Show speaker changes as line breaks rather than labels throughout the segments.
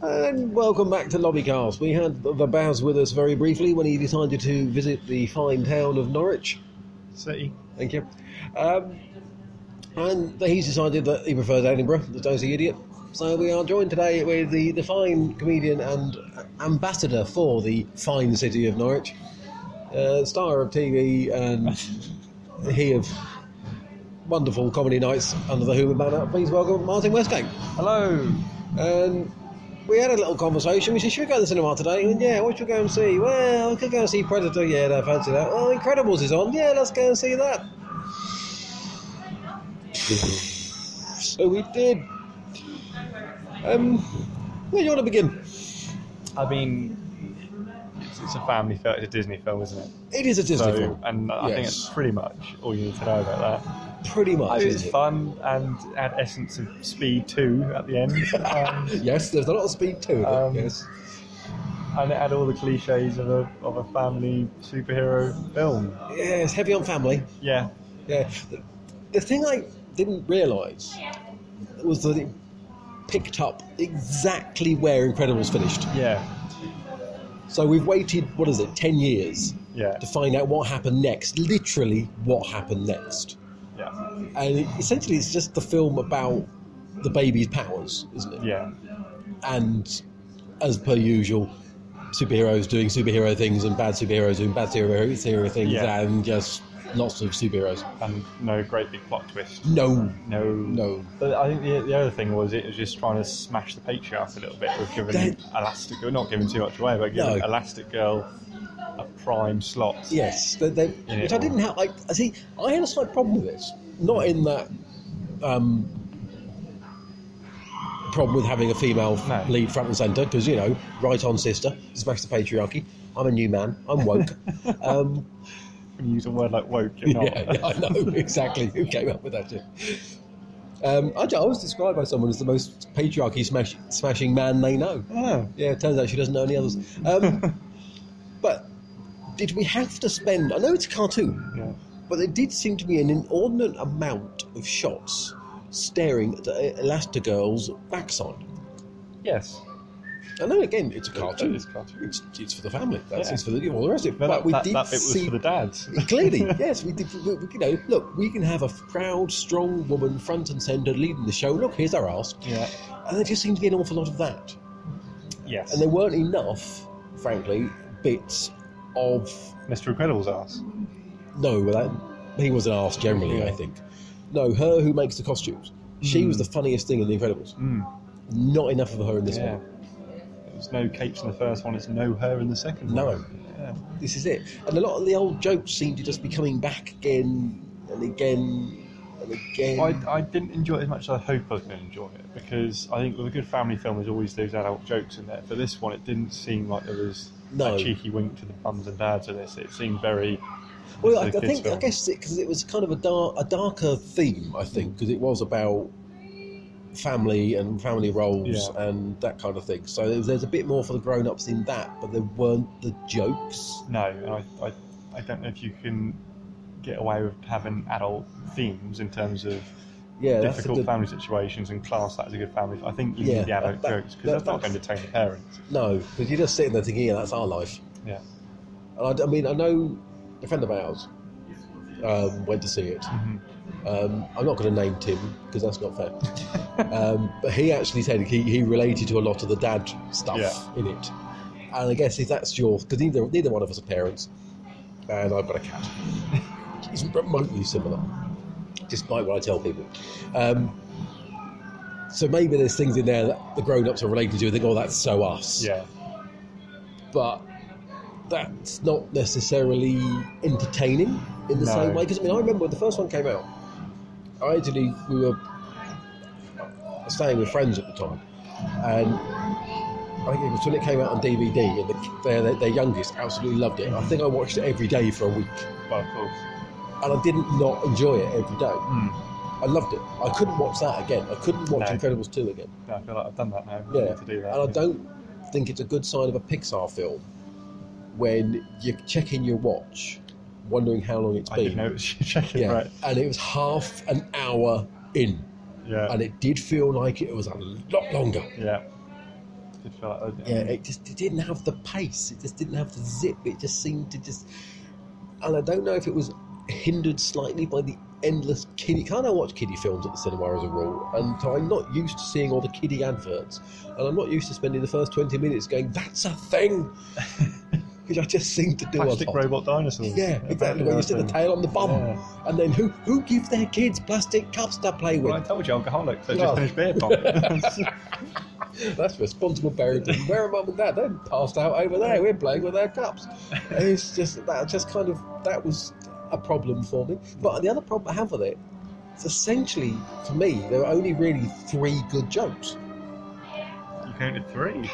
And welcome back to Lobbycast. We had the Baz with us very briefly when he decided to visit the fine town of Norwich.
City.
Thank you. Um, and he's decided that he prefers Edinburgh, the dozy idiot. So we are joined today with the, the fine comedian and ambassador for the fine city of Norwich, uh, star of TV, and he of wonderful comedy nights under the Hoover banner. Please welcome Martin Westgate.
Hello.
And we had a little conversation. We said, should we go to the cinema today? He went, yeah, what should we go and see? Well, we could go and see Predator. Yeah, no, fancy that. Oh, Incredibles is on. Yeah, let's go and see that. so we did. Um, where do you want to begin?
I mean, it's, it's a family film. It's a Disney film, isn't it?
It is a Disney
so,
film.
And I think
Yes.
that's pretty much all you need to know about that.
Pretty much.
it's
isn't it?
fun and had essence of Speed 2 at the end. um,
Yes, there's a lot of speed to it.
Um,
yes.
and it had all the cliches of a, of a family superhero film.
Yeah, it's heavy on family.
Yeah.
Yeah. The, the thing I didn't realise was that it picked up exactly where Incredibles finished.
Yeah.
So we've waited, what is it, 10 years
Yeah.
to find out what happened next. Literally, what happened next.
Yeah.
And it, essentially, it's just the film about the baby's powers, isn't it?
Yeah.
And as per usual, superheroes doing superhero things and bad superheroes doing bad superhero superhero things
Yeah.
and just lots of superheroes.
And no great big plot twist.
No,
No.
no.
But I think the, the other thing was it was just trying to smash the patriarch a little bit with giving
That-
Elastic Girl, not giving too much away, but giving
No.
Elastic Girl a prime slot.
Yes, they, they,
Yeah.
which I didn't have. Like, I see, I had a slight problem with this. Not in that um, problem with having a female
No.
lead front and centre, because you know, right on sister, smash the patriarchy. I'm a new man. I'm woke. um,
When you use a word like woke, you're
yeah,
not.
yeah, I know exactly who came up with that. Shit. Um, I, I was described by someone as the most patriarchy smash, smashing man they know.
Oh.
Yeah, it turns out she doesn't know any others. Um, but did we have to spend? I know it's a cartoon,
Yeah.
but there did seem to be an inordinate amount of shots staring at Elastigirl's backside.
Yes.
I know, again, it's a
That
cartoon.
is cartoon.
It's, it's for the family. That's
Yeah.
it's for the, all the rest of it.
No,
but
that,
we
that,
did
that bit was
see
for the dads.
clearly, yes, we did. We, we- you know, look, we can have a proud, strong woman front and centre leading the show. Look, here's our ass,
yeah.
and there just seemed to be an awful lot of that,
Yes.
and there weren't enough, frankly, bits of
Mr. Incredible's ass.
No, well, that, he was an arse generally, I
Yeah.
think. No, her who makes the costumes. She was the funniest thing in The Incredibles.
Mm.
Not enough of her in this
Yeah.
one.
There was no capes in the first one. It's no her in the second
No,
one. Yeah.
this is it. And a lot of the old jokes seem to just be coming back again and again and again.
I, I didn't enjoy it as much as I hope I was going to enjoy it because I think with a good family film, there's always those adult jokes in there. For this one, it didn't seem like there was
No.
a cheeky wink to the mums and dads of this. It seemed very.
well, I,
this
I
is a kids'
think I
film.
guess because it, was kind of a dark, a darker theme. I think because it was about family and family roles
Yeah.
and that kind of thing. So there's, there's a bit more for the grown-ups in that, but there weren't the jokes.
No, and I, I, I don't know if you can get away with having adult themes in terms of
Yeah, that's a
difficult
good-
family situations and class that as a good family. I think you
Yeah,
need the adult
that-
jokes
that-
because that's not going to
that's-
entertain the parents.
No, because you're just sitting there thinking, yeah, that's our life.
Yeah.
And I, I mean, I know a friend of ours um, went to see it.
Mhm.
Um, I'm not going to name Tim because that's not fair. um, but he actually said he, he related to a lot of the dad stuff
Yeah.
in it. And I guess if that's your, because neither, neither one of us are parents, and I've got a cat. It's remotely similar, despite what I tell people. Um, so maybe there's things in there that the grown-ups are related to and think, oh, that's so us
Yeah.
but that's not necessarily entertaining in the
No.
same way. Because I mean, I remember when the first one came out, I actually we were staying with friends at the time, and I think it was when it came out on DVD, and the, their, their, their youngest absolutely loved it. I think I watched it every day for a week,
Well, of course.
and I didn't not enjoy it every day.
Mm.
I loved it. I couldn't watch that again. I couldn't watch
No.
Incredibles two again.
Yeah, I feel like I've done that now. I
Yeah,
need to do that.
and I don't think it's a good sign of a Pixar film when you're checking your watch, wondering how long it's
I
been.
didn't notice you checking
yeah,
right.
and it was half an hour in,
Yeah.
and it did feel like it was a lot longer.
Yeah. did feel like that, didn't
Yeah,
it?
it just it didn't have the pace. It just didn't have the zip. It just seemed to just. And I don't know if it was hindered slightly by the endless kiddie. Can't I watch kiddie films at the cinema as a rule? And so I'm not used to seeing all the kiddie adverts, and I'm not used to spending the first twenty minutes going, "That's a thing," which I just seem to do. a
Plastic
lot.
robot dinosaurs.
Yeah, exactly. When you see the
Apparently
tail on the bomb,
Yeah.
and then who who give their kids plastic cups to play
Well, I
with?
told you, alcoholics. They
Yeah.
just finished beer pong.
That's responsible parenting. Where are mum and dad? They're passed out over there. We're playing with their cups. It's just that just kind of that was a problem for me. But the other problem I have with it, it's essentially for me there are only really three good jokes.
you counted three.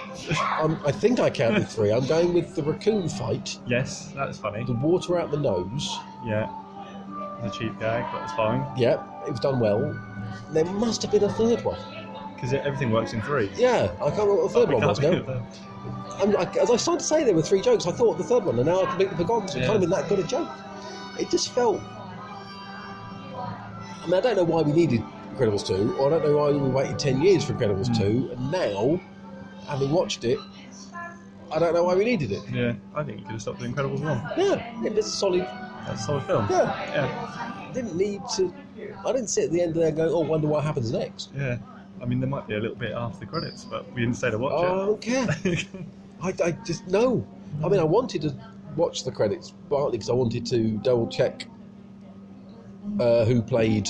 Um, I think I counted three. I'm going with the raccoon fight,
Yes, that's funny.
the water out the nose.
Yeah. The cheap gag, that's fine.
Yep, it was done well. There must have been a third one.
Because everything works in threes.
Yeah, I can't remember what the third one was now. And I, as I started to say there were three jokes, I thought the third one, and now I've completely forgotten, so it
Yeah.
can't have been that good a joke. It just felt. I mean, I don't know why we needed Incredibles 2, or I don't know why we waited 10 years for Incredibles 2, and now, having watched it, I don't know why we needed it.
Yeah, I think you could have stopped The Incredibles 1.
Yeah, it was a solid.
That's a solid film.
Yeah,
Yeah.
didn't need to. I didn't sit at the end of there and go, oh, wonder what happens next.
yeah. I mean, there might be a little bit after the credits, but we didn't stay to
I
watch
don't care.
it.
I, I just no. I mean, I wanted to watch the credits partly because I wanted to double check uh, who played.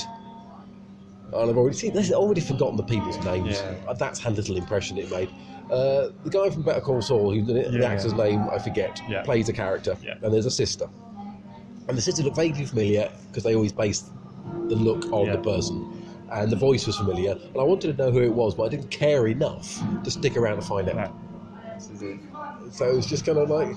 And I've already seen. I've already oh, forgotten the people's names.
Yeah.
Uh, That's how little impression it made. Uh, the guy from Better Call Saul, who's in it, the
Yeah.
actor's name I forget,
Yeah.
plays a character,
Yeah.
and there's a sister. And the sister looked vaguely familiar because they always base the look on
Yeah.
the person, and the voice was familiar. And I wanted to know who it was, but I didn't care enough to stick around to find out.
No. This is it.
So it was just kind of like,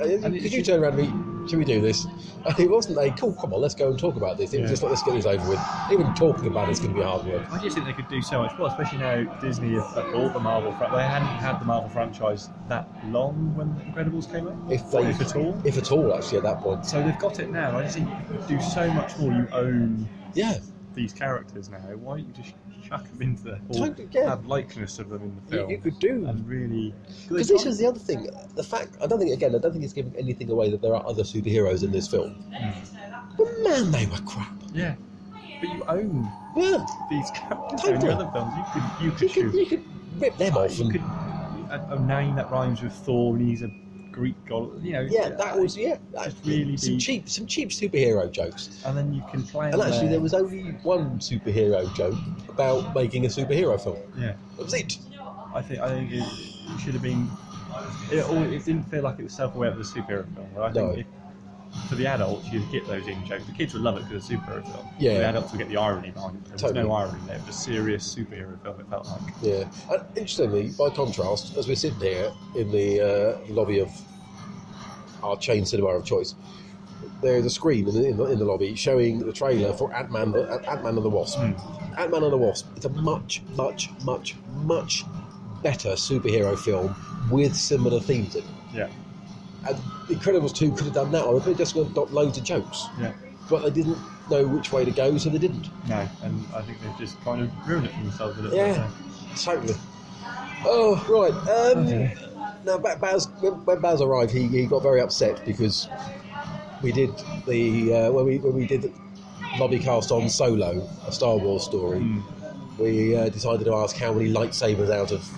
uh,
And it-
could you turn around and me? Should we do this? And it wasn't a cool. Come on, let's go and talk about this. It was
Yeah.
just like let's get this over with. Even talking about it's going to be hard work.
I just think they could do so much more, especially now Disney have have bought the Marvel. Fran- they hadn't had the Marvel franchise that long when The Incredibles came out,
If they,
if at all.
if at all, actually, at that point,
So they've got it now. I just think you could do so much more. You own
yeah,
these characters now. Why don't you just chuck them into the or
Totally, yeah.
have likeness of them in the
you,
film
you could do.
and really
Because this was the other thing. The fact I don't think again I don't think it's giving anything away that there are other superheroes in this film.
Hmm.
But man, they were crap.
yeah. But you own
Yeah,
these characters in
Totally.
the other films. You could you
you could,
could choose.
you could rip them off.
You
And,
could a, a name that rhymes with Thor and he's a Greek god. You know.
yeah, that was yeah. that-
Just really
some
be-
cheap some cheap superhero jokes.
And then you can play.
And
on
actually,
there
there was only one superhero joke about making a superhero film.
Yeah.
That was it.
I think I think it should have been. It, all, it didn't feel like it was self-aware of the superhero film. Where I think
No.
if, for the adults, you'd get those in jokes. The kids would love it because it's a superhero film.
Yeah.
The adults would get the irony behind it. There was
Totally.
no irony there. It was a serious superhero film. It felt like.
Yeah. And interestingly, by contrast, as we're sitting here in the uh, lobby of our chain cinema of choice, there is a screen in the, in the, in the lobby showing the trailer for Ant Man Ant Man and the Wasp. Ant Man and the Wasp. It's a much, much, much, much better superhero film with similar themes in it.
Yeah.
And Incredibles 2 could have done that, or they could have just got loads of jokes.
Yeah.
but they didn't know which way to go, so they didn't.
No. And I think they've just kind of ruined it for themselves a little bit.
Yeah. Totally. Oh, right. Um,
Okay.
Now, Ba- Baz, when, when Baz arrived, he, he got very upset because we did the uh, when we when we did lobby cast on Solo, a Star Wars story. We uh, decided to ask how many lightsabers out of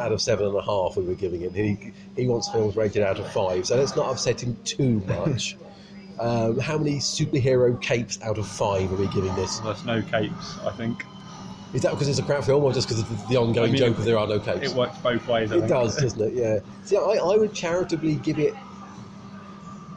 out of seven and a half we were giving him. He he wants films rated out of five, so let's not upset him too much. um, how many superhero capes out of five are we giving this?
So there's no capes. I think
Is that because it's a crap film, or just because of the ongoing
I mean,
joke of there are no capes?
it works both ways. I
It
think.
does, doesn't it? Yeah. See, I, I would charitably give it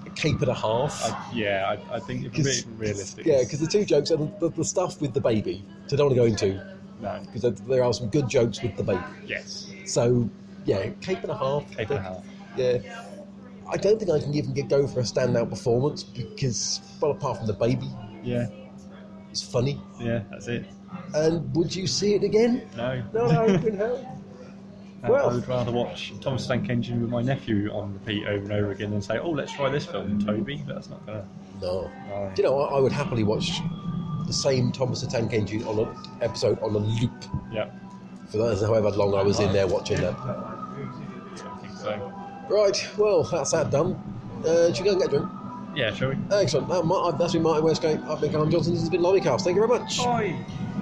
a cape and a half.
I, yeah. I, I think if we're
Because-
being realistic.
Yeah, because the two jokes and the, the stuff with the baby, which I don't want to go into,
no.
because there- there are some good jokes with the baby.
Yes.
So, yeah, cape and a half.
Cape and a half.
Yeah. I don't think I can even get, go for a standout performance because, well, apart from the baby,
Yeah.
it's funny.
Yeah. That's it.
And would you see it again?
No.
No, I can help.
Uh,
Well-
I would rather watch Tom Stank Engine with my nephew on repeat over and over again than say, "Oh, let's try this film, Toby." That's not gonna.
No.
No.
Do you know, I, I would happily watch the same Thomas the Tank Engine on a episode on a loop
Yeah.
for that, however long I was in there watching that.
I think so.
Right, well, that's that done. Uh, should we go and get a drink?
Yeah, shall we?
Excellent. That might, that's been Martin Westgate. I've been Callum Johnson. This has been Lollycast. Thank you very much.
Oi.